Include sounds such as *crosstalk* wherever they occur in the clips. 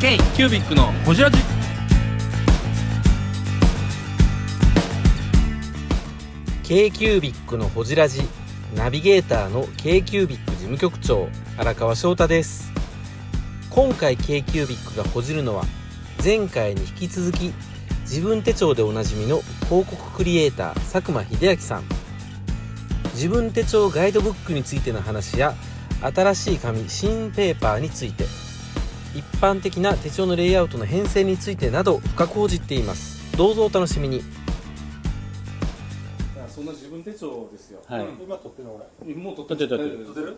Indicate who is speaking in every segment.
Speaker 1: ケイキュービックのホジラジ
Speaker 2: ケイキュービックのほじラジ。ナビゲーターのケイキュービック事務局長荒川翔太です。今回ケイキュービックがほじるのは、前回に引き続き。自分手帳でおなじみの広告クリエイター佐久間秀明さん。自分手帳ガイドブックについての話や。新しい紙新ペーパーについて一般的な手帳のレイアウトの編成についてなど深く報じっていますどうぞお楽しみに
Speaker 3: そんな自分手帳ですよ。
Speaker 2: はい
Speaker 3: 今撮ってるの俺。もう撮ってる。
Speaker 2: 撮って
Speaker 3: 撮ってる。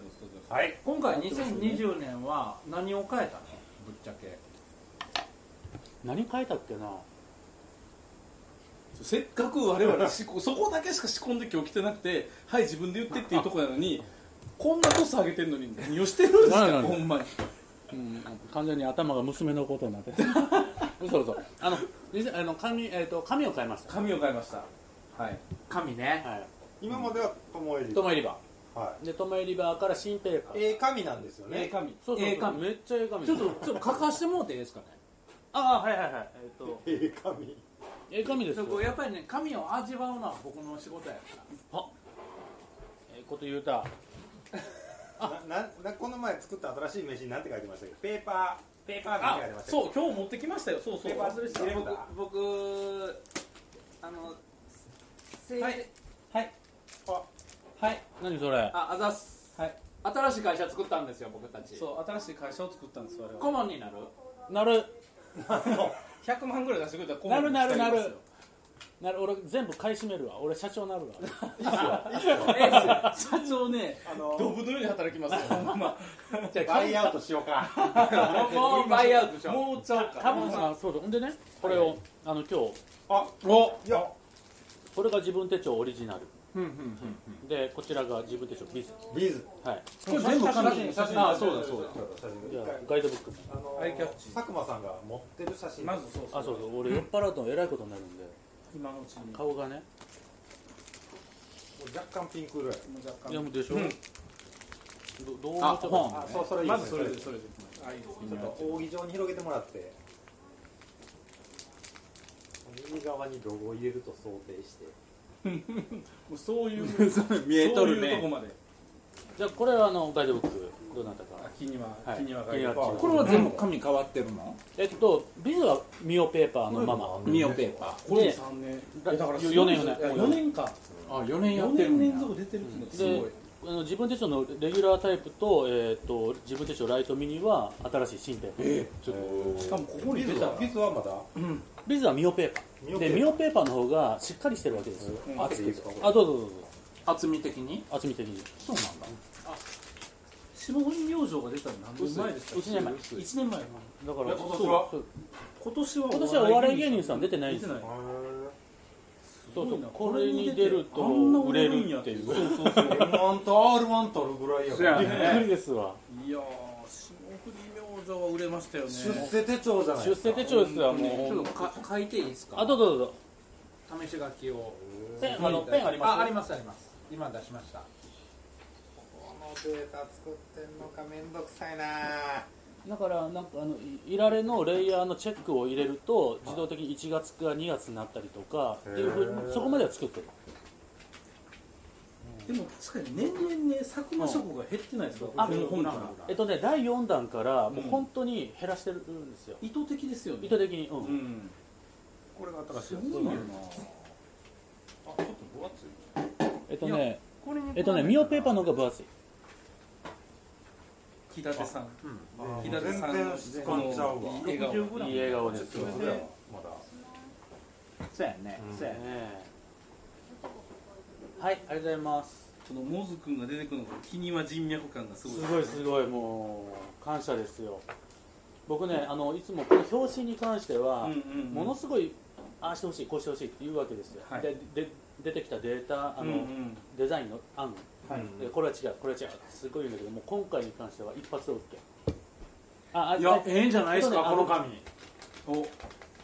Speaker 4: はい、今回2020年は何を変えたのぶっちゃけ
Speaker 5: 何変えたっけな
Speaker 3: せっかく我々しこそこだけしか仕込んで今日来てなくて、はい自分で言ってっていうとこなのに、こんなトス上げてんのに何をしてるんですか
Speaker 5: なんなん
Speaker 3: ほんまに。
Speaker 5: うん、完全に頭が娘のことになって *laughs* 嘘嘘あの実際あの髪,、えー、と髪を変えました、
Speaker 3: 紙を変 *laughs* えました。はい。
Speaker 4: 神ね
Speaker 5: はい、
Speaker 6: 今までは友襟
Speaker 5: トマエリバ
Speaker 6: は
Speaker 5: ーでトマエリバーから新ペーパ
Speaker 6: い
Speaker 5: ー
Speaker 6: ええ神なんですよ
Speaker 3: ええ
Speaker 6: ね
Speaker 3: 紙。
Speaker 5: そうそう
Speaker 4: ええ
Speaker 5: そう
Speaker 4: 髪
Speaker 5: めっちゃええ髪
Speaker 4: ちょっとちょっと書かしてもうていいですかね
Speaker 5: ああはいはいはいえっ、と
Speaker 6: ええ神
Speaker 5: ええ髪です
Speaker 4: そ
Speaker 5: よ
Speaker 4: こやっぱりね神を味わうのは僕の仕事やから
Speaker 5: ええこと言うた
Speaker 6: ななこの前作った新しい名刺に何て書いてましたっけペーパーペーパー名
Speaker 3: あ
Speaker 6: 刺書いてま、したっ
Speaker 3: そう今日持ってきましたよ。そうそ
Speaker 6: け
Speaker 3: う。
Speaker 6: ペーパー忘れてた
Speaker 3: 僕
Speaker 4: 僕あのせ
Speaker 3: はい
Speaker 5: はい何それ
Speaker 4: ああざっす
Speaker 3: はい。
Speaker 4: 新しい会社作ったんですよ僕たち
Speaker 3: そう新しい会社を作ったんです我々。
Speaker 4: 顧問になる
Speaker 5: なる
Speaker 3: 100万ぐらい出してくれたら顧
Speaker 5: な
Speaker 3: 問
Speaker 5: る
Speaker 3: に
Speaker 5: なる
Speaker 3: した
Speaker 5: ない
Speaker 3: ですよ
Speaker 5: るなる俺全部買い占めるわ俺社長なるわ
Speaker 4: え社長ね
Speaker 6: あの
Speaker 3: *laughs* ドブのように働きますよ。ほんま
Speaker 6: バイアウトしようか
Speaker 3: *laughs*
Speaker 4: もうバイアウトでしょ
Speaker 3: もうちゃうか。
Speaker 5: 多分あそうそうほんでねこれを、あの今日
Speaker 6: あ
Speaker 5: お
Speaker 6: いや
Speaker 5: これが自分手帳オリジナル
Speaker 4: うんうんうん
Speaker 5: でこちらが自分手帳ビズ
Speaker 6: ビーズ
Speaker 5: はい
Speaker 4: これ全部神写真あそうだそうだ
Speaker 6: 写真
Speaker 5: じゃ
Speaker 6: 一回
Speaker 5: あガイドブック
Speaker 6: あの
Speaker 3: アイキャッチ
Speaker 6: 佐久間さんが持ってる写真
Speaker 3: まずそうそう。
Speaker 5: あそうそう俺酔っ払うとえらいことになるんで
Speaker 3: 今のうちに。
Speaker 5: 顔がね
Speaker 6: 若干ピンク色や
Speaker 3: もう若干
Speaker 5: いやもうでしょ、
Speaker 3: うん
Speaker 5: どどう
Speaker 4: あ
Speaker 5: ちょっと
Speaker 4: 本
Speaker 6: あそうそれいい
Speaker 3: ます
Speaker 6: ね
Speaker 3: ずそれで
Speaker 6: ち
Speaker 3: それで。あいいです
Speaker 6: ょっと扇状に広げてもらって右側にロゴを入れると想定して
Speaker 3: もう *laughs* そういう見
Speaker 1: えとるね
Speaker 3: そういうとこまで
Speaker 5: じゃあこれはあのガイドブックどなたか
Speaker 3: あ気には、
Speaker 5: はい
Speaker 3: 気には
Speaker 5: 気には
Speaker 3: こ
Speaker 4: これは全部紙変わってるの
Speaker 5: えっとビズはミオペーパーのまま
Speaker 4: ミオペーパ
Speaker 3: れも三年
Speaker 5: だ
Speaker 3: だからすごい
Speaker 5: 4年4年
Speaker 3: 4年か
Speaker 5: あ4年
Speaker 3: 4年連続出てるってのがすごい
Speaker 5: であの自分手帳のレギュラータイプと,、えー、と自分手帳ライトミニは新しい新ペーパー、
Speaker 3: しかもここ
Speaker 6: ビ
Speaker 3: に出
Speaker 6: ーズ
Speaker 3: た
Speaker 6: は
Speaker 3: ら
Speaker 6: ビーズはまだ
Speaker 5: ビズはミオペーパ
Speaker 6: ミ
Speaker 5: ー
Speaker 6: オ
Speaker 5: で
Speaker 6: ペーパー
Speaker 5: ミオペーパーの方がしっかりしてるわけですよ、
Speaker 3: うん
Speaker 6: 厚いですかこれ
Speaker 5: あどうぞどうぞ
Speaker 4: 厚み的に
Speaker 5: 厚み的にそうなんだ
Speaker 4: 霜降り明星が出たの何年前ですか
Speaker 5: 1年前
Speaker 4: 1年
Speaker 5: だ
Speaker 4: 前
Speaker 5: から
Speaker 3: 今年は
Speaker 5: そう
Speaker 3: 今年は
Speaker 5: 今年はお笑い芸人さん出てない
Speaker 3: 出
Speaker 5: んで
Speaker 3: てな
Speaker 5: すよ
Speaker 3: い
Speaker 6: へー
Speaker 5: そう
Speaker 3: すご
Speaker 5: そ
Speaker 3: いうな
Speaker 5: これに出ると
Speaker 3: あんな
Speaker 5: 売
Speaker 3: 売
Speaker 5: れ
Speaker 3: れるん
Speaker 5: る
Speaker 3: や
Speaker 5: っていう
Speaker 3: そう
Speaker 5: びっ
Speaker 3: そうそう
Speaker 6: M1 と R1 取るぐらいやから
Speaker 4: そうや
Speaker 5: くりですわ
Speaker 3: いやー霜降り明星は売れましたよね
Speaker 6: 出世手帳じゃない
Speaker 5: 出
Speaker 6: ですか
Speaker 5: 世手帳ですわも
Speaker 4: ちょっ
Speaker 5: う
Speaker 4: とか書いていいですか
Speaker 5: あどうぞどうぞ
Speaker 4: 試し書きを
Speaker 5: ペンあのペンあります
Speaker 4: あありますあります今出しました
Speaker 6: このデータ作ってんのかめんどくさいな
Speaker 5: だからなんかあのいいられのレイヤーのチェックを入れると自動的に1月か2月になったりとかっていうふう
Speaker 6: へ
Speaker 5: に
Speaker 6: ー
Speaker 5: そこまでは作ってる
Speaker 3: でも確かに年々ね佐久間諸子が減ってないですよこ
Speaker 5: あ
Speaker 3: の本棚
Speaker 5: えっとね第4弾からもう本当に減らしてるんですよ
Speaker 3: 意図的ですよね
Speaker 5: 意図的にうん、
Speaker 3: うん
Speaker 6: これが新しい
Speaker 3: す
Speaker 6: や
Speaker 3: ごいよな
Speaker 6: あちょっと分厚い
Speaker 5: えっとね
Speaker 4: これに
Speaker 5: えっとねミオペーパーの方が分厚い
Speaker 3: 木立さん
Speaker 6: あ
Speaker 3: 木
Speaker 6: 全
Speaker 3: 立
Speaker 6: 然
Speaker 3: さんの
Speaker 6: 掴んじゃうわ
Speaker 3: 笑顔
Speaker 5: いい笑顔です
Speaker 6: ちょ
Speaker 5: よ
Speaker 6: っ
Speaker 5: ね
Speaker 6: とそれやわまだ
Speaker 4: そうやね
Speaker 6: うん
Speaker 4: そうやね
Speaker 5: はいありがとうございます
Speaker 3: そのモズ君が出てくるのが気には人脈感がすごい
Speaker 5: すごいすごいもう感謝ですよ僕ねあのいつもこの表紙に関しては、
Speaker 3: うんうんうん
Speaker 5: ものすごいああしてほしいこうしてほしいって言うわけですよ、
Speaker 3: はい
Speaker 5: でで出てきたデータあの、
Speaker 3: うんうん
Speaker 5: デザインの案、
Speaker 6: はい
Speaker 5: でこれは違うこれは違うすごい言うんだけどもう今回に関しては一発で OK ああ
Speaker 4: いや
Speaker 5: え
Speaker 4: ええんじゃないで
Speaker 5: え
Speaker 4: す
Speaker 5: っ
Speaker 4: か
Speaker 5: とね
Speaker 4: この紙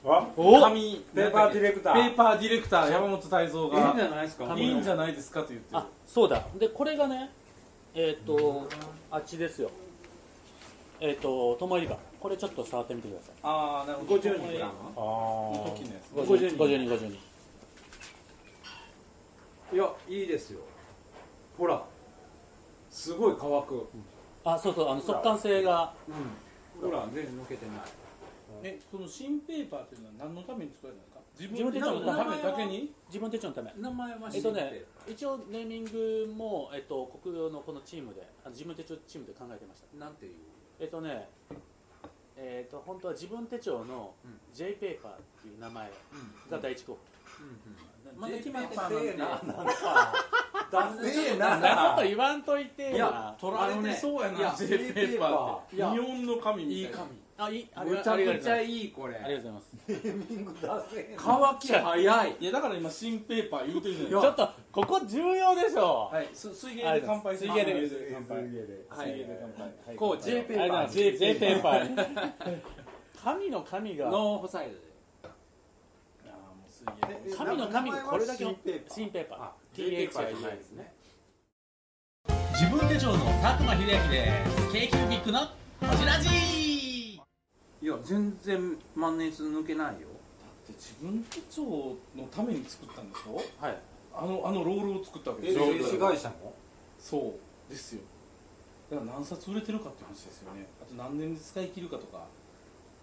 Speaker 3: お
Speaker 6: わ
Speaker 4: おえ
Speaker 3: 紙
Speaker 6: ペーパーディレクタ
Speaker 3: ペー
Speaker 6: ー
Speaker 3: パーディレクター山本泰造
Speaker 4: えんじ
Speaker 3: が
Speaker 4: ゃないですか
Speaker 3: いいんじゃないですかと言ってる
Speaker 5: あそうだでこれがねえっ、とあっちですよえっ、と泊まり場これちょっと触ってみてください
Speaker 3: ああなるほど
Speaker 4: 52グ
Speaker 3: の
Speaker 4: ラム
Speaker 3: 時のやつ
Speaker 5: 5252 52
Speaker 4: いやいいですよほらすごい乾く、
Speaker 5: あそうそうあの速乾性が
Speaker 4: ほら全然抜けてない
Speaker 3: えその新ペーパーっていうのは何のために作られたのか自
Speaker 5: 分
Speaker 3: 分
Speaker 5: で
Speaker 3: の
Speaker 5: 作
Speaker 3: た
Speaker 5: っ
Speaker 3: め
Speaker 5: た
Speaker 3: だけに
Speaker 5: 自分手帳のため
Speaker 4: 名前は
Speaker 5: え
Speaker 4: 知
Speaker 5: っ
Speaker 4: って
Speaker 5: と
Speaker 4: る、
Speaker 5: ね一応ネーミングも、えっと、国領のこのチームであの自分手帳チームで考えてました
Speaker 4: なんていう
Speaker 5: えっとねえっと本当は自分手帳の
Speaker 4: うん
Speaker 5: J ペーパーっていう名前が第一候補、
Speaker 4: まだ決まって
Speaker 3: な
Speaker 4: ない
Speaker 3: んて
Speaker 4: いな
Speaker 6: ダメえな
Speaker 5: そんなこと言わんといて
Speaker 4: いや
Speaker 5: や
Speaker 4: 取
Speaker 3: あ
Speaker 4: られ
Speaker 3: の
Speaker 4: て
Speaker 3: ねそうや
Speaker 4: いや
Speaker 3: な J ペーパーって
Speaker 5: いや
Speaker 3: 日本の神み
Speaker 4: いい
Speaker 3: たいな
Speaker 4: 髪
Speaker 5: あいいあり
Speaker 4: む
Speaker 5: が
Speaker 4: ちゃ
Speaker 5: ありがと
Speaker 4: く
Speaker 5: うご
Speaker 4: ちゃ
Speaker 5: ざいます
Speaker 4: いいこれ
Speaker 5: ありがとうございます
Speaker 4: 乾き早い
Speaker 3: いやだから今新ペーパー言うてるじゃない
Speaker 5: ちょっとここ重要でしょ、
Speaker 3: はい、す水芸で乾杯
Speaker 5: 水芸で
Speaker 3: 水芸で乾杯。
Speaker 4: はい
Speaker 3: 水芸で乾杯。
Speaker 4: こう J ペーパ
Speaker 5: あ
Speaker 4: ー
Speaker 5: れだ J, J ペーパーに神の神が
Speaker 4: ノンホサイドで
Speaker 3: あーもう水芸で。
Speaker 5: 神の神がこれだけ
Speaker 6: 新ペーパー
Speaker 5: 新ペーパー
Speaker 6: J ペーパーじゃ
Speaker 5: THIU
Speaker 6: ないですね
Speaker 1: 自分手帳の佐久間秀明です。k ービックのこじらじ
Speaker 4: いや全然万年筆抜けないよ
Speaker 3: で自分手帳のために作ったんでしょ
Speaker 5: はい
Speaker 3: あの、あのロールを作ったわけで
Speaker 6: え
Speaker 3: し
Speaker 6: 製紙
Speaker 3: ょ
Speaker 6: 会社も
Speaker 3: そうですよ。だから何冊売れてるかっていう話ですよね。あと何年で使い切るかとか。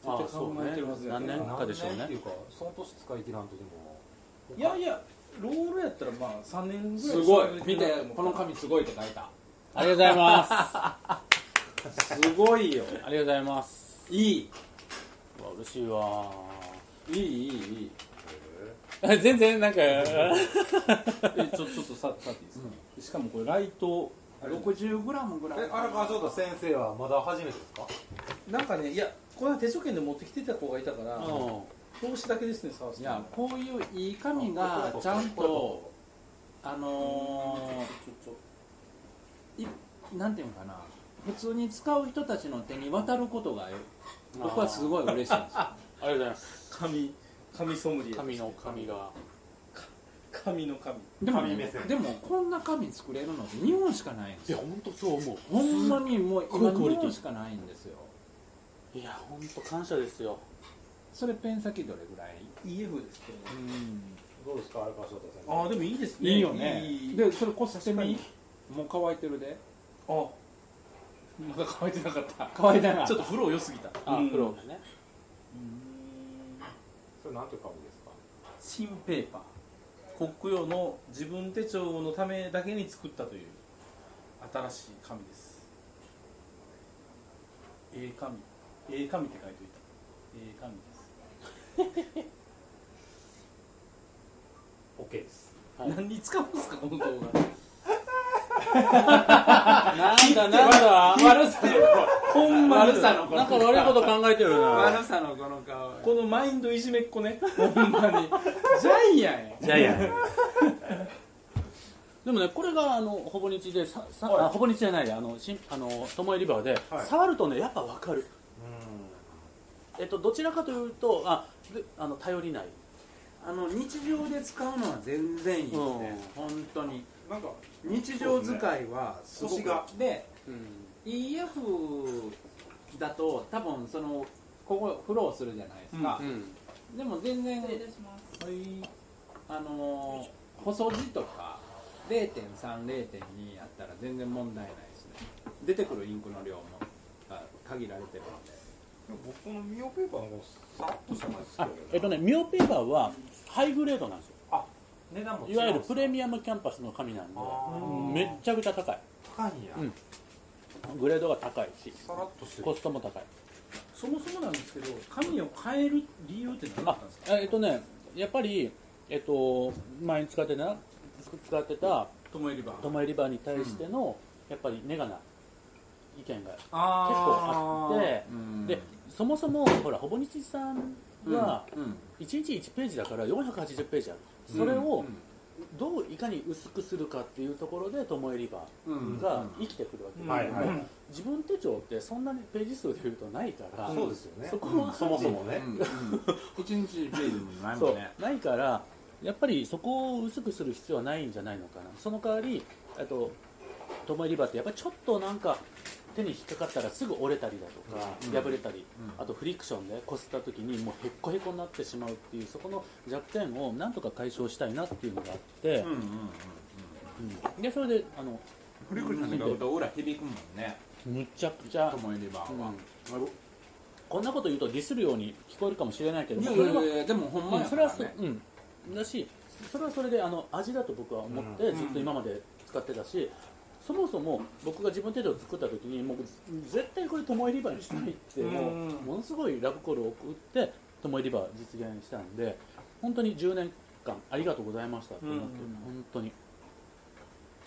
Speaker 5: あ
Speaker 3: 絶対考えてるはずやけど
Speaker 5: そうね何年かでしょうね
Speaker 6: 何年っていうかその年使い切らんとでも
Speaker 3: いやいや、ロールやったらまあ3年ぐらい。
Speaker 4: すごい見て
Speaker 3: た
Speaker 4: この紙すごいって書いた
Speaker 5: ありがとうございます
Speaker 4: すごいよ
Speaker 5: ありがとうございます
Speaker 4: いい
Speaker 5: うわ嬉しいわ
Speaker 4: いいいいいい
Speaker 5: 全然なんか
Speaker 3: え、ちょ、ちょっとさ、さっていいですか。しかもこれライト、
Speaker 4: 60グラムぐらい
Speaker 6: え荒川翔太先生はまだ初めてですか
Speaker 3: なんかね、いや、この手帳券で持ってきてた子がいたから、表
Speaker 5: う
Speaker 3: 紙だけですね、沢
Speaker 4: い
Speaker 3: さん。
Speaker 4: やこういういい紙がちゃんとあのー、いなんていうのかな普通に使う人たちの手に渡ることが
Speaker 5: ん
Speaker 4: 僕はすごい嬉しいんですよ
Speaker 5: ありがとうございます
Speaker 3: 神神ソムリエ
Speaker 5: 神の神が
Speaker 3: 神の神
Speaker 4: でも
Speaker 6: 紙目線
Speaker 4: でもこんな紙作れるのって日本しかないんですよ
Speaker 5: 本当そう思
Speaker 4: ほんまにもう
Speaker 5: ごい
Speaker 4: 今
Speaker 5: クオリティ
Speaker 4: 日本しかないんですよ
Speaker 5: ういや本当感謝ですよ
Speaker 4: それペン先どれぐらい
Speaker 3: EF ですけど
Speaker 6: どうですか荒川翔太先生
Speaker 3: ああでもいいですね
Speaker 4: いいよね
Speaker 3: いい
Speaker 4: でそれこすって
Speaker 3: 確か
Speaker 4: み
Speaker 3: に
Speaker 4: もう乾いてるで
Speaker 3: あまだ乾いてなかった
Speaker 4: 乾いた
Speaker 3: *laughs*
Speaker 4: な
Speaker 3: ちょっと風呂良すぎた
Speaker 5: あ
Speaker 3: うん
Speaker 5: プロがね
Speaker 3: うん
Speaker 6: それなんていう紙ですか
Speaker 3: 新ペーパーコック用の自分手帳のためだけに作ったという新しい紙ですええ紙ええ紙って書いておいたええ紙です
Speaker 6: OK です
Speaker 5: はい
Speaker 3: 何に使うんですかこの動画
Speaker 5: なんだなんだ
Speaker 4: 悪さ
Speaker 3: ほんまに
Speaker 4: 悪さのこ
Speaker 5: な
Speaker 4: の
Speaker 5: んか悪いこと考えてるな
Speaker 4: 悪さのこの顔
Speaker 3: このマインドいじめっ子ね、ほんまに。ジャイアンや。
Speaker 5: いやいや *laughs* でもねこれがあのほぼ日でささ、あほぼ日じゃないあのしんあのともえリバーで、
Speaker 6: はい
Speaker 5: 触るとねやっぱわかる
Speaker 6: う
Speaker 5: えっとどちらかというとあであの頼りない
Speaker 4: あの日常で使うのは全然いいですね、本当に
Speaker 6: んなんか
Speaker 4: 日常使いはすごく
Speaker 6: そうですね
Speaker 4: で
Speaker 5: うん、
Speaker 4: EF だと多分そのここフローするじゃないですか、
Speaker 5: うん、
Speaker 4: でも全然
Speaker 7: 失礼いたします。
Speaker 4: あのー細字とか0.30.2やったら全然問題ないですね出てくるインクの量もあ限られてるので
Speaker 6: でも僕このミオペーパーのこのサッとしたのが好きだ
Speaker 5: あ
Speaker 6: けどな
Speaker 5: えっとねミオペーパーはハイグレードなんですよ
Speaker 6: 値段も違う
Speaker 5: いわゆるプレミアムキャンパスの紙なんで
Speaker 6: あー
Speaker 5: めっちゃくちゃ高い
Speaker 6: 高いんや
Speaker 5: うんグレードが高いし
Speaker 6: さらっとしてる
Speaker 5: コストも高い
Speaker 3: そもそもなんですけど、紙を変える理由って何だ
Speaker 5: あ
Speaker 3: ったんですか。
Speaker 5: えっとねやっぱりえっと前に使ってな使ってた
Speaker 3: ともえりば。
Speaker 5: トマエリバーに対しての、やっぱりネガな意見が結構
Speaker 3: あ
Speaker 5: あって
Speaker 4: うん
Speaker 5: でそもそもほらほぼ日さんは
Speaker 4: うんうん
Speaker 5: 1日1ページだから480ページあるそれをどういかに薄くするかっていうところでトモエリバ
Speaker 4: うん
Speaker 5: ーが生きてくるわ
Speaker 3: う
Speaker 5: け
Speaker 3: ん
Speaker 5: です、
Speaker 6: はいはい
Speaker 3: うん
Speaker 5: 自分手帳ってそんなにページ数で言うとないから、
Speaker 6: そうですよね
Speaker 5: そこは
Speaker 6: そもそもね
Speaker 4: うんうん一日ページもないも
Speaker 5: そ
Speaker 4: ん
Speaker 5: う
Speaker 4: ね
Speaker 5: ないからやっぱりそこを薄くする必要はないんじゃないのかなその代わりあとトモエリバーってやっぱりちょっとなんか手に引っかかったらすぐ折れたりだとか、破れたり、あとフリクションでこすった時にもうへっこへこになってしまうっていうそこの弱点をなんとか解消したいなっていうのがあって、
Speaker 4: うんうんうん
Speaker 5: うんでそれであの
Speaker 4: フリクリなんか歌裏響くもんね
Speaker 5: むちゃくちゃ、
Speaker 4: ともいれば
Speaker 5: うん
Speaker 4: は
Speaker 5: こんなこと言うとディスるように聞こえるかもしれないけど
Speaker 4: い
Speaker 5: も
Speaker 4: やい
Speaker 5: それは
Speaker 4: やいやでもほんま
Speaker 5: うん
Speaker 4: や
Speaker 5: そ
Speaker 4: か
Speaker 5: れは
Speaker 4: ら
Speaker 5: そ
Speaker 4: ね
Speaker 5: う、うん、だしそれはそれであの味だと僕は思ってずっと今まで使ってたし、そもそも僕が自分手で作った時にもう絶対これ巴リバーにしたいって
Speaker 6: うん
Speaker 5: もうものすごいラブコールを送って巴リバー実現したんで本当に10年間ありがとうございましたって思って、
Speaker 6: うん
Speaker 5: 本当に、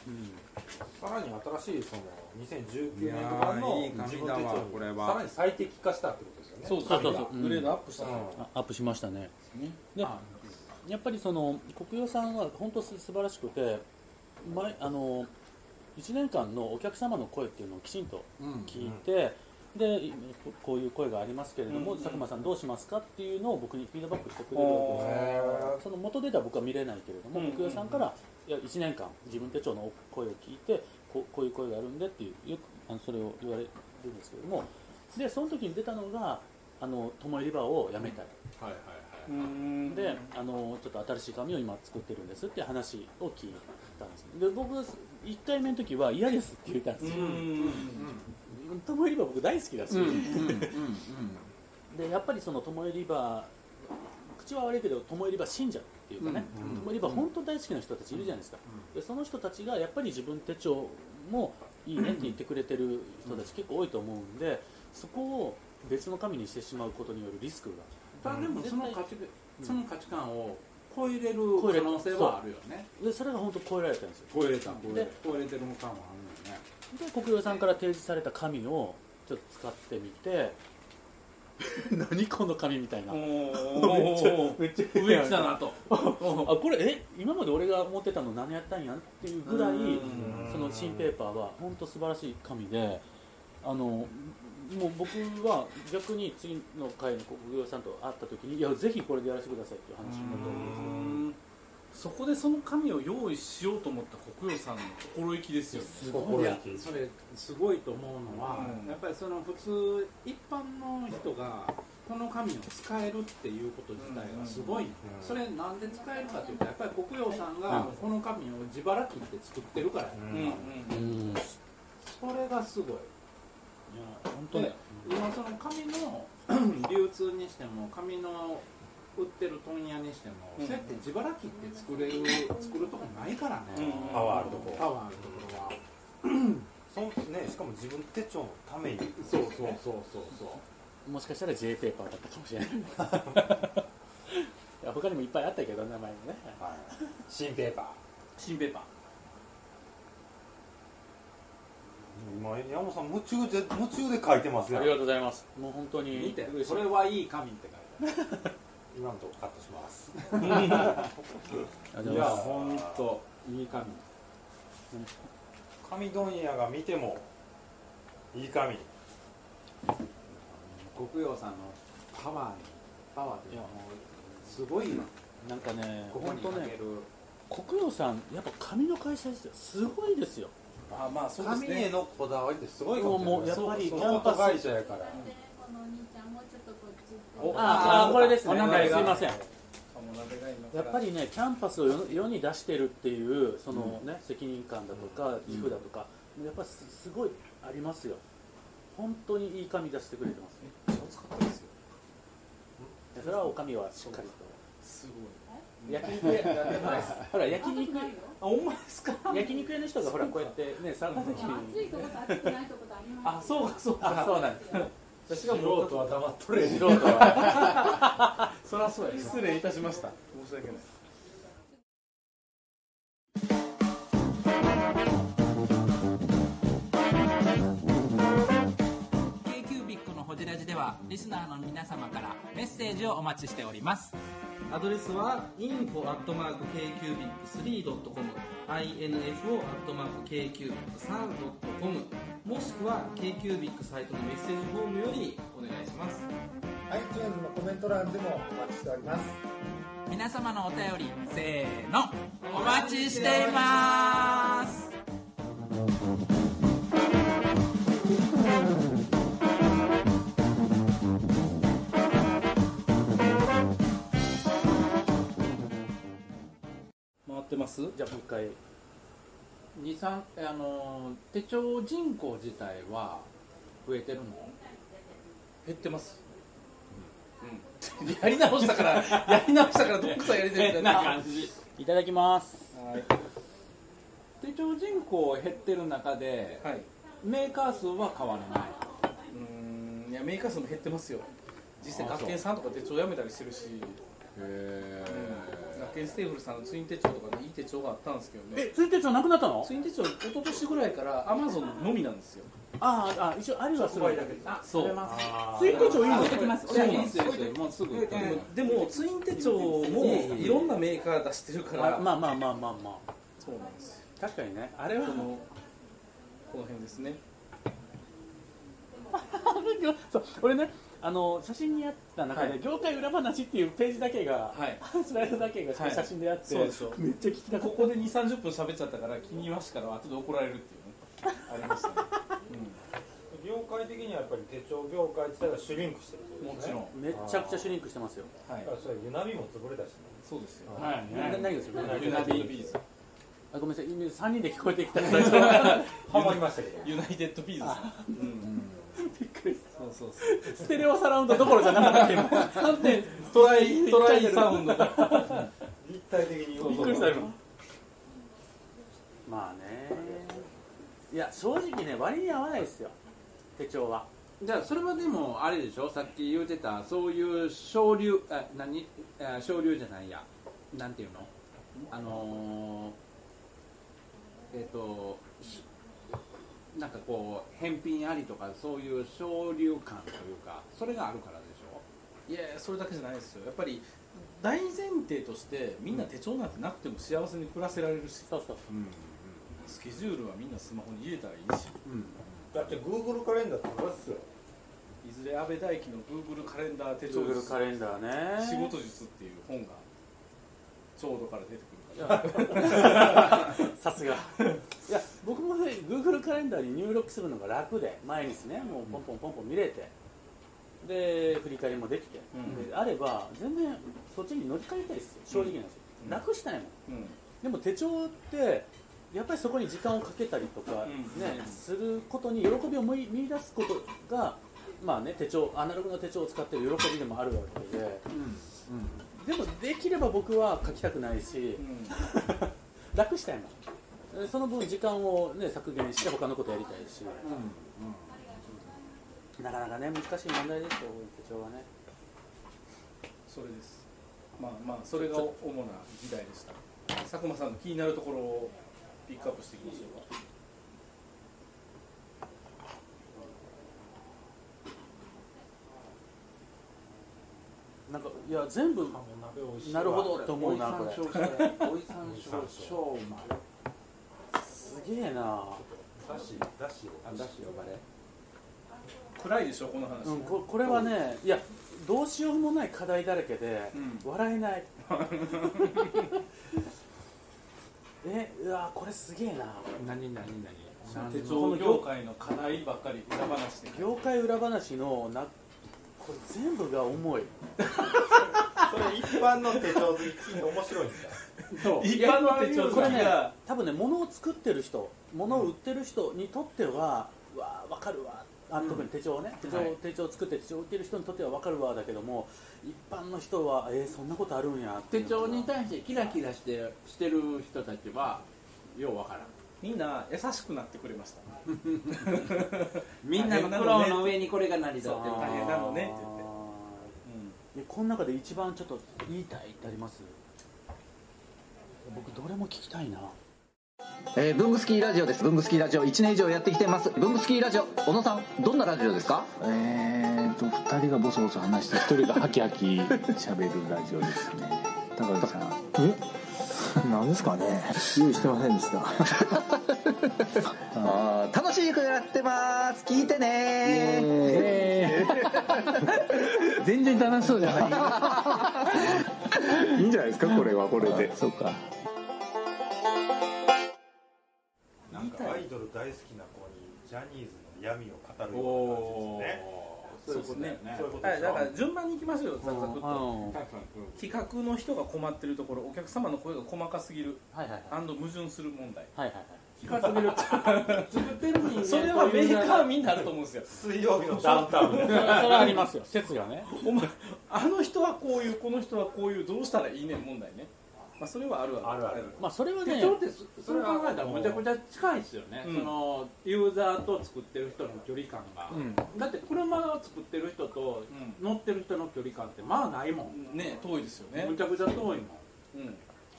Speaker 5: うん、
Speaker 6: さらに新しいその
Speaker 4: い
Speaker 6: 2019
Speaker 4: や
Speaker 6: 年
Speaker 4: ー
Speaker 6: 版の
Speaker 4: いい紙
Speaker 6: 自
Speaker 4: だ
Speaker 6: 分
Speaker 4: わ
Speaker 6: 手帳
Speaker 4: これ
Speaker 6: に
Speaker 4: は
Speaker 6: さらに最適化したってことですよね
Speaker 3: そう
Speaker 5: そうそう
Speaker 3: 紙が
Speaker 5: うん
Speaker 3: グレードアップした
Speaker 6: うん
Speaker 3: の
Speaker 5: あアップしましたね
Speaker 4: ね
Speaker 5: で
Speaker 4: あ
Speaker 5: やっぱりその国用さんは本当す素晴らしくて前あの1年間のお客様の声っていうのをきちんと
Speaker 4: うん
Speaker 5: 聞いて、でいここういう声がありますけれども、
Speaker 3: うん
Speaker 5: 佐久間さんどうしますかっていうのを僕にフィードバックしてくれるわけ
Speaker 6: へ
Speaker 5: ですその元データは僕は見れないけれども、
Speaker 3: うんうんうん
Speaker 5: 国用さんからいや1年間自分手帳の声を聞いてこうこういう声があるんでっていうよくあのそれを言われるんですけれどもでその時に出たのが「あの友リバーをやめたい」
Speaker 4: はいはいは
Speaker 3: うーん
Speaker 5: であのちょっと新しい紙を今作ってるんですって話を聞いたんですで僕1回目の時は嫌ですって言ったんで
Speaker 3: う
Speaker 5: すよ
Speaker 3: ん
Speaker 5: 「トモエリバー」僕大好きだし、
Speaker 4: いうんうんうんうん
Speaker 5: でやっぱりその「トモエリバー」口は悪いけど「トモエリバー」信者っていうかね
Speaker 4: うんう
Speaker 5: 「
Speaker 4: ん
Speaker 5: トモエリバー」本当大好きな人たちいるじゃないですかでその人たちがやっぱり自分手帳もいいねって言ってくれてる人たち結構多いと思うんでそこを別の紙にしてしまうことによるリスクが
Speaker 4: ただでもその価値その価値観を超えれる
Speaker 5: 超え
Speaker 4: 可
Speaker 5: れる
Speaker 4: 能性はあるよね
Speaker 5: でそれが本当超えられたんですよ
Speaker 4: 超えれた超
Speaker 5: え
Speaker 4: え
Speaker 5: れ
Speaker 4: れ
Speaker 5: た
Speaker 4: てる感はあるよね
Speaker 5: で国領さんから提示された紙をちょっと使ってみて *laughs* 何この紙みたいな、
Speaker 3: お
Speaker 5: あ
Speaker 3: ー
Speaker 6: めっちゃ
Speaker 3: 上来たなと
Speaker 5: これえ今まで俺が持ってたの何やったんやっていうぐらい
Speaker 3: うん
Speaker 5: その新ペーパーは本当素晴らしい紙であのもう僕は逆に次の回の国領さんと会った時にいやぜひこれでやらせてくださいっていう話になったわけですよ
Speaker 3: そこでその紙を用意しようと思った国用さんの心意気ですよね
Speaker 4: すごいやそれすごいと思うのは、
Speaker 3: うん
Speaker 4: やっぱりその普通一般の人がこの紙を使えるっていうこと自体がすごい、
Speaker 6: うん
Speaker 4: それなんで使えるかというとやっぱり国用さんがこの紙を自腹切って作ってるから、
Speaker 3: うんうん
Speaker 5: うん
Speaker 4: それがすごい
Speaker 5: 本当に
Speaker 4: で今その紙の *clears throat* 流通にしても紙の売ってる問屋にしても、
Speaker 3: うん
Speaker 4: そうやって自腹切って作れる作るとこないからね、
Speaker 3: うん
Speaker 6: パワーあるとこ
Speaker 4: パワーあるところは
Speaker 6: そんねしかも自分手帳のために
Speaker 4: そうそうそうそうそう
Speaker 5: もしかしたら J ペーパーだったかもしれないい *laughs* や他にもいっぱいあったけど名前もね
Speaker 6: はい新ペーパー
Speaker 3: 新ペーパー
Speaker 6: 今山本さん夢中で夢中で書いてますよ
Speaker 5: ありがとうございますもう本当に
Speaker 4: 見て
Speaker 5: 嬉しい
Speaker 4: それはいい紙って書いて
Speaker 6: 今のとこカットします
Speaker 5: ありがと
Speaker 4: あ
Speaker 5: う
Speaker 4: る
Speaker 5: ございます
Speaker 6: ほんと
Speaker 4: いい紙
Speaker 6: 紙問屋が見てもいい紙
Speaker 4: 国用さんのパワーにパワーっていうのはもうすごいわ
Speaker 5: なんかね
Speaker 4: ここ
Speaker 5: 本
Speaker 4: に
Speaker 5: 当
Speaker 4: かけ
Speaker 5: ね
Speaker 4: る
Speaker 5: 国領さんやっぱ紙の会社ですよすごいですよ
Speaker 3: あまあそうです
Speaker 6: 紙へ
Speaker 3: ね
Speaker 6: のこだわりってすごいか
Speaker 5: も
Speaker 6: も
Speaker 5: う
Speaker 6: し
Speaker 5: や
Speaker 6: れ
Speaker 5: っ
Speaker 6: ない
Speaker 5: ぱりキ
Speaker 6: そ
Speaker 5: ャ
Speaker 6: う
Speaker 5: ン
Speaker 6: そう
Speaker 5: パ
Speaker 6: 会
Speaker 5: ス
Speaker 6: 社やから
Speaker 7: このお兄ちゃんもうちょっとこっち
Speaker 4: お
Speaker 5: ああこれですね
Speaker 4: お名前
Speaker 5: す
Speaker 4: が
Speaker 5: いません
Speaker 3: 鴨鍋が今から
Speaker 5: やっぱりねキャンパスを世世に出してるっていうそのね、責任感だとか
Speaker 4: うん
Speaker 5: 寄付だとか、やっぱすすごいありますよ本当にいい紙出してくれてますね
Speaker 4: めっちゃ暑かったですよ
Speaker 5: それはおかみはしっかりと
Speaker 3: すごい
Speaker 5: 焼肉屋ほら焼肉
Speaker 7: ないよ
Speaker 3: あお前ですか
Speaker 5: 焼肉屋の人がほらこうやってね参
Speaker 4: *laughs*
Speaker 5: 加席
Speaker 7: 暑
Speaker 5: に
Speaker 7: いとこと暑くないとことあります
Speaker 3: あそうかそうか
Speaker 5: あそうなんです私がもう
Speaker 6: は黙っとれ
Speaker 5: 素人は
Speaker 3: そりゃそうや失礼いたしました申し訳ない
Speaker 2: アドレスは info.kcubic3.com info.kcubic3.com もしくは KQBIC サイトのメッセージフォームよりお願いします
Speaker 8: iTunes のコメント欄でもお待ちしております
Speaker 9: 皆様のお便りせーのお待ちしています
Speaker 4: ます
Speaker 5: じゃあもう一回
Speaker 4: 二三あの手帳人口自体は増えてるの
Speaker 3: 減ってます
Speaker 4: うん、やり直したからやり直したからどっさやりてるみたいな
Speaker 5: 感じいただきます
Speaker 4: 手帳人口減ってる中で、
Speaker 3: はい
Speaker 4: メーカー数は変わらない
Speaker 3: ー
Speaker 4: う
Speaker 3: んいやメーカー数も減ってますよ実際
Speaker 4: あそう
Speaker 3: 学研さんとか手帳辞めたりしてるし
Speaker 4: へ
Speaker 3: 学研ステーフルさんのツイン手帳とかでいい手帳があったんですけどね
Speaker 5: えツインテ帳なくなったの
Speaker 3: ツイン手帳一昨年ぐらいからアマゾンのみなんですよ
Speaker 5: あーあ一応あるはする
Speaker 3: あそう
Speaker 5: ツインテ帳いいの
Speaker 10: きます
Speaker 3: そうなん
Speaker 4: いい
Speaker 3: で
Speaker 4: ですすよいいですよもうすぐ
Speaker 3: でもでもツイン手帳もいろんなメーカー出してるから
Speaker 5: あまあまあまあまあまあ
Speaker 3: そうなんですよ
Speaker 5: 確かにねあれは
Speaker 3: このこの辺ですね
Speaker 5: そう俺ねあの写真にあった中で、
Speaker 3: はい
Speaker 5: 業界裏話っていうページだけが、 *laughs*
Speaker 3: はい
Speaker 5: スライドだけが
Speaker 3: はい
Speaker 5: 写真であって、
Speaker 3: そうでしょ
Speaker 5: めっちゃ聞きたか
Speaker 3: *laughs* こ
Speaker 5: っ
Speaker 3: こで2 3 0分喋っちゃったから気に入りましたから後で怒られるって *laughs* いうねありましたね、
Speaker 6: 業界的にはやっぱり手帳業界自体はシュリンクしてる
Speaker 3: うん、もちろん、
Speaker 5: ためちゃくちゃシュリンクしてますよ
Speaker 3: は
Speaker 6: だ
Speaker 3: い
Speaker 6: からそれユナビも潰れたしね
Speaker 3: そうですよ
Speaker 5: はい、な何がする
Speaker 3: ユナビービーズ
Speaker 5: あごめんなさい今3人で聞こえてきた大丈
Speaker 6: ハマりましたけど
Speaker 3: ユナイテッドビーズさんうん
Speaker 5: 夫びっくりし
Speaker 3: そうそうそう
Speaker 5: た *laughs* ステレオサラウンドどころじゃなかった今3点
Speaker 3: トライトライサウンドが
Speaker 6: 立体的に
Speaker 3: そうそう
Speaker 5: びっくりした今まあねいや正直ね割に合わないですよ手帳は
Speaker 4: じゃあそれはでもあれでしょさっき言うてたそういう昇流あ何あ昇流じゃないやなんていうのあのーえっ、としなんかこう返品ありとかそういう昇流感というかそれがあるからでしょ
Speaker 3: いやいやそれだけじゃないですよやっぱり大前提としてみんな手帳なんてなくても幸せに暮らせられるし
Speaker 5: そうそう
Speaker 4: うん
Speaker 3: スケジュールはみんなスマホに入れたらいいし
Speaker 4: うん
Speaker 6: だって Google カレンダーってこれっすよ
Speaker 3: いずれ安倍大輝の Google カレンダー手帳
Speaker 5: Google
Speaker 3: 術
Speaker 5: カレンダーね
Speaker 3: 仕事術っていう本がちょうどから出てくるから
Speaker 5: さすが *laughs* いや僕もね Google カレンダーに入力するのが楽で毎日ねもうポンポンポンポン見れてで振り返りもできて、
Speaker 3: うん
Speaker 5: であれば全然そっちに乗り換えたいですよ正直な話、
Speaker 3: うん
Speaker 5: 楽したいもん
Speaker 3: うん
Speaker 5: でも手帳ってやっぱりそこに時間をかけたりとか、
Speaker 3: うん
Speaker 5: ね
Speaker 3: うん
Speaker 5: することに喜びを見見出すことがまあね手帳アナログの手帳を使ってる喜びでもあるわけで、でもできれば僕は書きたくないし、
Speaker 3: う
Speaker 5: 楽したいもんその分時間を、ね、削減して他のことやりたいし、なかなかね難しい問題ですよ手帳はね
Speaker 3: それですまあまあそれが主な議題でした佐久間さんの気になるところをピックアップしていきましょうか
Speaker 5: なんかいや全部なるほどと思うなこれ
Speaker 4: おいさんしょうしょうま
Speaker 5: すげえな
Speaker 6: だしだし
Speaker 4: あだし呼ばれ
Speaker 3: 暗いでしょこの話、
Speaker 5: うん、ここれはねいやどうしようもない課題だらけで、
Speaker 3: う
Speaker 5: 笑えない *laughs* えうわこれすげえな
Speaker 4: 何何何何
Speaker 3: 手帳業界の課題ばっかり裏話で
Speaker 5: 業界裏話のなこれ全部が重い
Speaker 6: それ一般の手帳で一位面白い *laughs* んだ
Speaker 3: 一般の手帳
Speaker 5: これね
Speaker 3: が
Speaker 5: 多分ね物を作ってる人物を売ってる人にとっては、うわーわかるわあ特に手帳をね手帳,、
Speaker 3: はい
Speaker 5: 手帳を作って手帳を売ってる人にとってはわかるわだけども一般の人はえー、そんなことあるんやってい
Speaker 4: 手
Speaker 5: うのが
Speaker 4: 帳に対してキラキラしてしてる人たちはようわからん
Speaker 3: みんな優しくなってくれました
Speaker 4: みんなの苦労の上にこれが成り立ってる
Speaker 5: あー
Speaker 3: 大変なのねって言って
Speaker 5: でこの中で一番ちょっと言いたいってあります僕どれも聞きたいな
Speaker 11: えー、ブングスキーラジオですブングスキーラジオ1年以上やってきてますブングスキーラジオ小野さんどんなラジオですかえーと2人がボソボソ話して1人がハキハキ喋るラジオですね高橋さんえなんですかね用意してませんでしたあー楽しい曲やってます聞いてね全然楽しそうじゃないいいんじゃないですかこれはこれでそうか
Speaker 6: なんかアイドル大好きな子にジャニーズの闇を語るような感じです
Speaker 3: そ
Speaker 6: よね
Speaker 3: ういうことだよね
Speaker 6: そういうことで
Speaker 3: は
Speaker 6: し
Speaker 3: い
Speaker 6: ょ
Speaker 3: だから順番に行きましょうよ
Speaker 6: ん
Speaker 3: ザクザクっ
Speaker 6: うん
Speaker 3: と企画の人が困ってるところお客様の声が細かすぎるアンド矛盾する問題企画める
Speaker 5: 作ってる人間
Speaker 3: それはメーカーみんなあると思うんですよ
Speaker 6: 水曜日のダウンタウ
Speaker 3: そ
Speaker 6: ン
Speaker 3: れ
Speaker 6: で
Speaker 3: はありますよ
Speaker 5: 説がね
Speaker 3: お前あの人はこういうこの人はこういうどうしたらいいねん問題ねまあそれはあるわあるある
Speaker 5: まあそれは
Speaker 4: でちょっとそそれを考えたらむちゃくちゃ近いですよね、
Speaker 3: うん
Speaker 4: そのユーザーと作ってる人の距離感が、
Speaker 3: うん
Speaker 4: だって車を作ってる人と乗ってる人の距離感ってまあないもん
Speaker 3: ね遠いですよね
Speaker 4: むちゃくちゃ遠いもん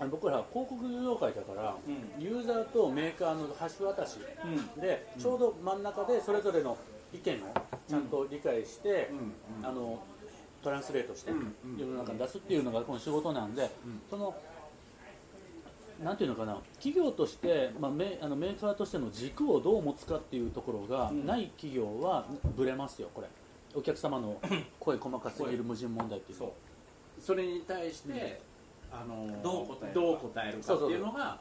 Speaker 5: あの僕ら広告業界だから、ユーザーとメーカーの橋渡し、でちょうど真ん中でそれぞれの意見をちゃんと理解して、あのトランスレートして、世の中に出すっていうのがこの仕事なんで、そのなんていうのかな企業として、まあ、メあのメーカーとしての軸をどう持つかっていうところがない企業はブレますよこれお客様 *clears throat* の声細かすぎる無人問題っていうのは
Speaker 4: それに対して、あの
Speaker 3: どう答えるか
Speaker 4: どう答えるかっていうのが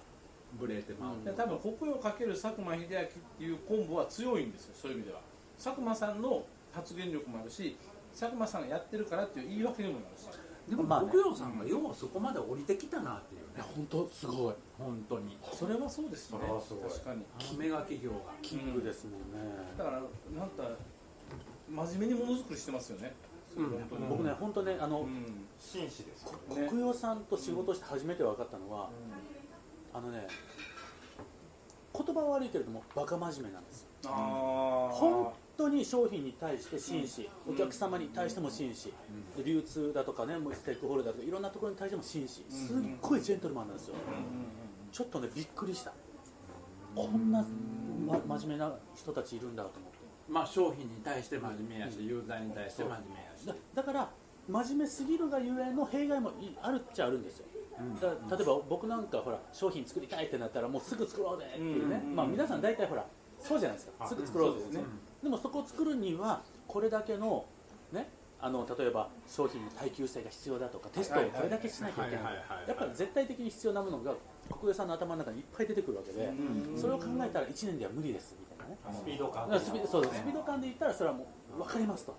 Speaker 4: ブレてまう
Speaker 3: で多分国をかける佐久間秀明っていうコンボは強いんですよそういう意味では佐久間さんの発言力もあるし佐久間さんがやってるからっていう言い訳にもなるし
Speaker 4: でもまあね奥洋さんがようそこまで降りてきたなっていうね
Speaker 5: 本当すごい
Speaker 4: 本当に
Speaker 3: それはそうですね
Speaker 4: それはすごい
Speaker 3: 確かに
Speaker 4: あのメガ企業が
Speaker 5: キングですもんね、
Speaker 3: だからなんか真面目にものづくりしてますよね、
Speaker 5: うん僕ね本当ねあの、
Speaker 6: 紳士ですよね
Speaker 5: こ国用さんと仕事して初めて分かったのは、あのね言葉は悪いけれどもバカ真面目なんですよ本当に商品に対して真摯、
Speaker 3: うん
Speaker 5: お客様に対しても真摯、で流通だとかねもうステークホルダーとかいろんなところに対しても真摯すっごいジェントルマンなんですよ、ちょっとねびっくりしたこんな、ま真面目な人たちいるんだと思って
Speaker 4: まあ商品に対して真面目やし、ユーザーに対して真面目やし、
Speaker 5: だだから真面目すぎるがゆえの弊害もいあるっちゃあるんですよ、だから例えば僕なんかほら商品作りたいってなったらもうすぐ作ろうぜっていうね、
Speaker 3: うんうんうん
Speaker 5: まあ、皆さん大体ほらそうじゃないですか
Speaker 3: あ
Speaker 5: すぐ作ろうぜ
Speaker 3: うん
Speaker 5: で
Speaker 3: そうですね
Speaker 5: でもそこを作るにはこれだけのねあの例えば商品の耐久性が必要だとかテストをこれだけしなきゃいけない
Speaker 6: はいはいはいはい
Speaker 5: やっぱり絶対的に必要なものが国営さんの頭の中にいっぱい出てくるわけで
Speaker 6: うんうん
Speaker 5: それを考えたら1年では無理ですみたいなね
Speaker 6: スピード感
Speaker 5: うんスピそうそうスピード感で言ったらそれはもう分かりますと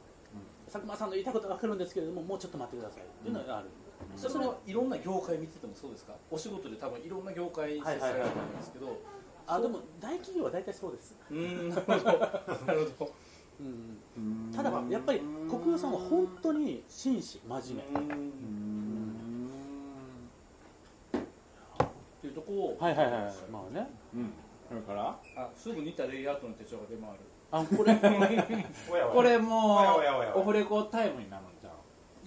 Speaker 5: 佐久間さんの言いたいことは分かるんですけれどももうちょっと待ってくださいっていうのがある、
Speaker 3: それはいろんな業界見ててもそうですかお仕事で多分いろんな業界接さ
Speaker 5: は
Speaker 3: れ
Speaker 5: い
Speaker 3: る
Speaker 5: はいはい
Speaker 3: と思うんですけど、
Speaker 5: あでも大企業は大体そうです
Speaker 3: うーんなるほどなるほど
Speaker 5: うんただまあやっぱり国有さんは本当に真摯真面目
Speaker 3: っていうとこを
Speaker 5: はいはいはいまあね
Speaker 3: うん
Speaker 4: それから
Speaker 3: あすぐ似たレイアウトの手帳が出回る
Speaker 5: あこれ
Speaker 4: これも
Speaker 3: おやおやおやおや
Speaker 4: うオフレコタイムになるんじゃん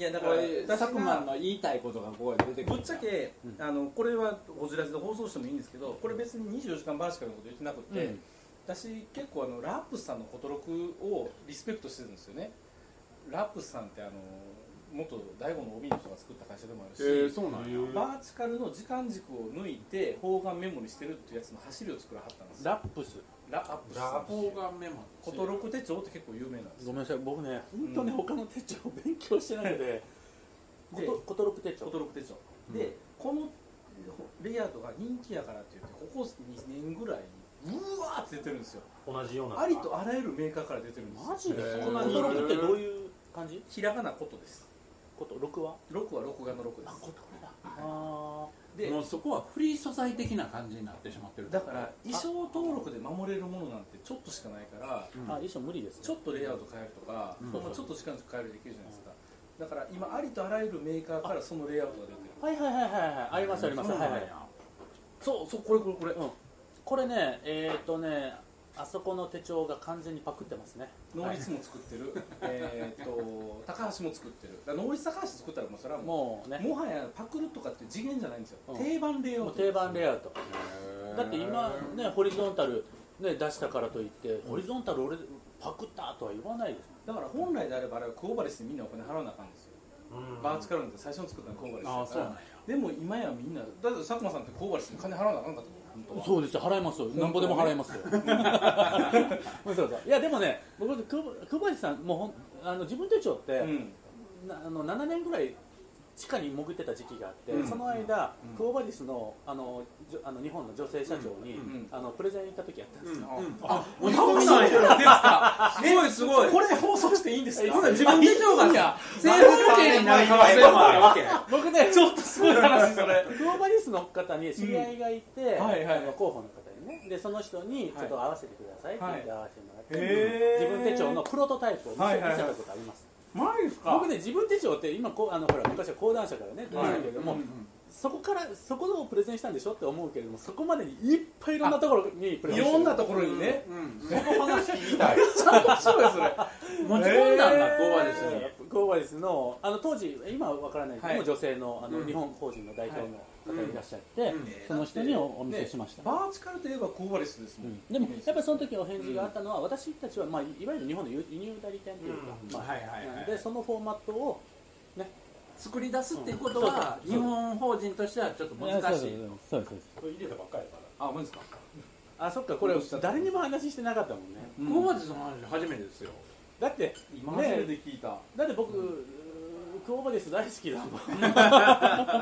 Speaker 3: いやだから
Speaker 4: これ
Speaker 3: 私が
Speaker 4: 佐久間の言いたいことがここで出てく
Speaker 3: ぶ
Speaker 4: る
Speaker 3: っちゃけ、あのこれは「ゴジラジ」で放送してもいいんですけどこれ別に24時間バーシカルのこと言ってなくて、
Speaker 5: うん
Speaker 3: 私結構あのラップスさんのことろくをリスペクトしてるんですよねラップスさんってあの元大悟の OB の人が作った会社でもあるし、
Speaker 4: へーそうなんや
Speaker 3: バーチカルの時間軸を抜いて方眼メモにしてるっていうやつの走りを作らはったんです
Speaker 5: ラップス
Speaker 3: ラップス
Speaker 4: ラ方眼メモ
Speaker 3: ことろく手帳って結構有名なんですよ
Speaker 5: ごめんなさい僕ね本当に他の手帳を勉強してないの *laughs* でことことろく手帳
Speaker 3: ことろく手帳でこのレイアウトが人気やからって言ってここ2年ぐらいにうわーって出てるんですよ
Speaker 6: 同じような
Speaker 3: ありとあらゆるメーカーから出てるんですよ
Speaker 5: マジで
Speaker 3: へー
Speaker 5: ことろくってどういう感じ
Speaker 3: ひらがなことです
Speaker 5: こと6は
Speaker 3: 6は録画の6ですあこと
Speaker 5: だあ
Speaker 3: で
Speaker 4: もうそこはフリー素材的な感じになってしまってる
Speaker 3: だから衣装登録で守れるものなんてちょっとしかないから、
Speaker 4: うんあ衣
Speaker 5: 装無理です、
Speaker 3: ちょっとレイアウト変えるとか、
Speaker 4: うん
Speaker 3: ほんまちょっと時間軸変えるできるじゃないですか、だから今ありとあらゆるメーカーからそのレイアウトが出てる
Speaker 5: はいはいはいはいはいありますあります
Speaker 3: そう
Speaker 5: は
Speaker 3: なん
Speaker 5: い
Speaker 3: や
Speaker 5: はいそうそうこれこれこれ、うん、これねえっ、ー、とねあそこの手帳が完全にパクってますね
Speaker 3: ノーリツも作って
Speaker 4: *laughs*
Speaker 3: る、えーっと高橋も作ってるだからノーリツ高橋作ったらもうそれはも
Speaker 5: うね
Speaker 3: もはやパクるとかっていう次元じゃないんですよ、
Speaker 5: うん
Speaker 3: 定番レイアウ
Speaker 5: も
Speaker 3: ト
Speaker 5: う定番レイアウトだって今ねホリゾンタルね出したからといってホリゾンタル俺パクったとは言わないです
Speaker 3: だから本来であればあれはクオバレスにみんなお金払わなあかんですよバーチカルなんて最初に作ったのはクオバレス
Speaker 5: あーそうなんや
Speaker 3: でも今やみんなだって佐久間さんってクオバレスに金払わなあかんかったもん本当は
Speaker 5: そうですよ払いますよなんぼでも払い *laughs* ますよそうそういやでもね僕久保久保井さんもうほんあの自分手帳って、なあの7年ぐらい地下に潜ってた時期があって、
Speaker 3: うん
Speaker 5: その間、クオバディスのあのじょあの日本の女性社長に、あのプレゼン行った時やったんですよ、
Speaker 10: あもう直さないやですかすごいすごい
Speaker 5: これ放送していいんですか
Speaker 10: 今自分手帳がさ正
Speaker 3: *laughs*
Speaker 10: 方形になるかもしれない
Speaker 5: 僕ねちょっとすごい話それクオバリスの方に知り合いがいて、
Speaker 3: うんはいはい
Speaker 5: あの候補の方にねでその人にちょっと合わせてくださいって言って合わせてもらって、
Speaker 3: へー
Speaker 5: 自分手帳のプロトタイプを見せ,、
Speaker 3: はいはいはい
Speaker 5: 見せたことあります
Speaker 3: マジですか
Speaker 5: 僕ね自分手帳って今こうあのほら昔は講談社からね出ましたけれども、
Speaker 3: はいうんうん
Speaker 5: そこからそこをプレゼンしたんでしょって思うけれどもそこまでにいっぱいいろんなところにプレゼンしてる
Speaker 3: いろんなところにね
Speaker 5: うんうん
Speaker 3: その話聞きたい
Speaker 5: めっちゃ面白いそれ
Speaker 3: 持ち込んだんだゴーバリスに
Speaker 5: ゴーバリスのあの当時今は分からないけども、
Speaker 3: はい
Speaker 5: 女性のあの、
Speaker 3: うん
Speaker 5: 日本法人の代表の方がいらっしゃって、
Speaker 3: はいうん
Speaker 5: その人におお見せしました、
Speaker 3: バーチカルといえばコーバリスですもん、
Speaker 5: でもやっぱりその時お返事があったのは、私たちは、まあ、いわゆる日本の輸輸入代理店というか、
Speaker 3: うん
Speaker 5: まあ
Speaker 3: はいはいはい
Speaker 5: なんでそのフォーマットを、ね、
Speaker 4: 作り出すってことは日本法人としてはちょっと難しい
Speaker 5: そうですそうです
Speaker 6: これ入れたばっかりだから
Speaker 4: あマジですか
Speaker 5: あそっかこれ
Speaker 4: どうした
Speaker 5: 誰にも話してなかったもんね、
Speaker 4: ここまでその話初めてですよ
Speaker 5: だって
Speaker 4: 今初めて
Speaker 5: 聞いた、だって僕、クオバディス大好きだもん *laughs*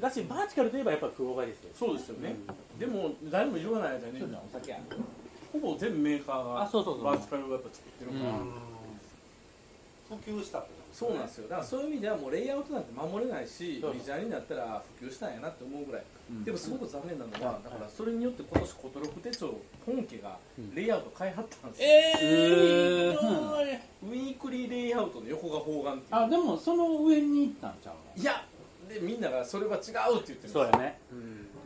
Speaker 5: だしバーチカルといえばやっぱクオバディス
Speaker 3: そうですよね、でも誰も言わない間にお酒ほぼ全メーカーが
Speaker 5: あそうそうそう
Speaker 3: バーチカルをやっぱ作ってるから、
Speaker 5: うん
Speaker 6: 普及したってことです
Speaker 3: そうなんですよだからそういう意味ではもうレイアウトなんて守れないし
Speaker 5: そうそう
Speaker 3: メジャーになったら普及したんやなって思うぐらい、
Speaker 5: うん
Speaker 3: でもすごく残念なのは、
Speaker 5: はい
Speaker 3: だからそれによって今年コトロフ手帳本家がレイアウト変えはったんですよ、
Speaker 4: えー
Speaker 3: ウィークリーレイアウトの横が方眼っていう
Speaker 4: あでもその上に行ったんちゃうの
Speaker 3: いやでみんながそれは違うって言ってるんです
Speaker 5: そうやね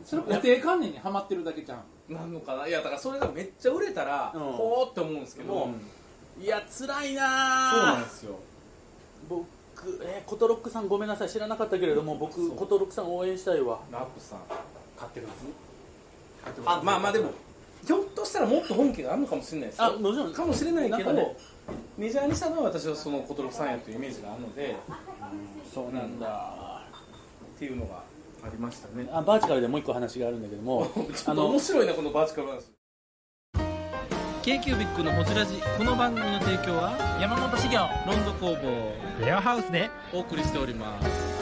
Speaker 4: それ固定観念にはまってるだけじゃん
Speaker 3: なんのかないやだからそれがめっちゃ売れたら、
Speaker 5: うん
Speaker 3: ほーって思うんですけど、いや辛いな
Speaker 5: そうなんです
Speaker 3: よ
Speaker 5: 僕、えー、コトロックさんごめんなさい知らなかったけれども僕コトロックさん応援したいわ
Speaker 3: ラップさん
Speaker 6: 買ってるんですね
Speaker 3: あまあまあでもひょっとしたらもっと本家があるのかもしれないですよ
Speaker 5: あもちろん
Speaker 3: かもしれないけ
Speaker 5: な
Speaker 3: ど、
Speaker 5: んかね
Speaker 3: メジャーにしたのは私はそのコトロさんやというイメージがあるので
Speaker 5: そうなんだ
Speaker 3: っていうのがありましたね
Speaker 5: あバーチカルでもう一個話があるんだけど *laughs* も
Speaker 3: ちょっと面白いなこのバーチカル話
Speaker 2: k q b i c のホジラジこの番組の提供は
Speaker 10: 山本資源
Speaker 2: ロンド工房
Speaker 12: レアハウスで
Speaker 2: お送りしております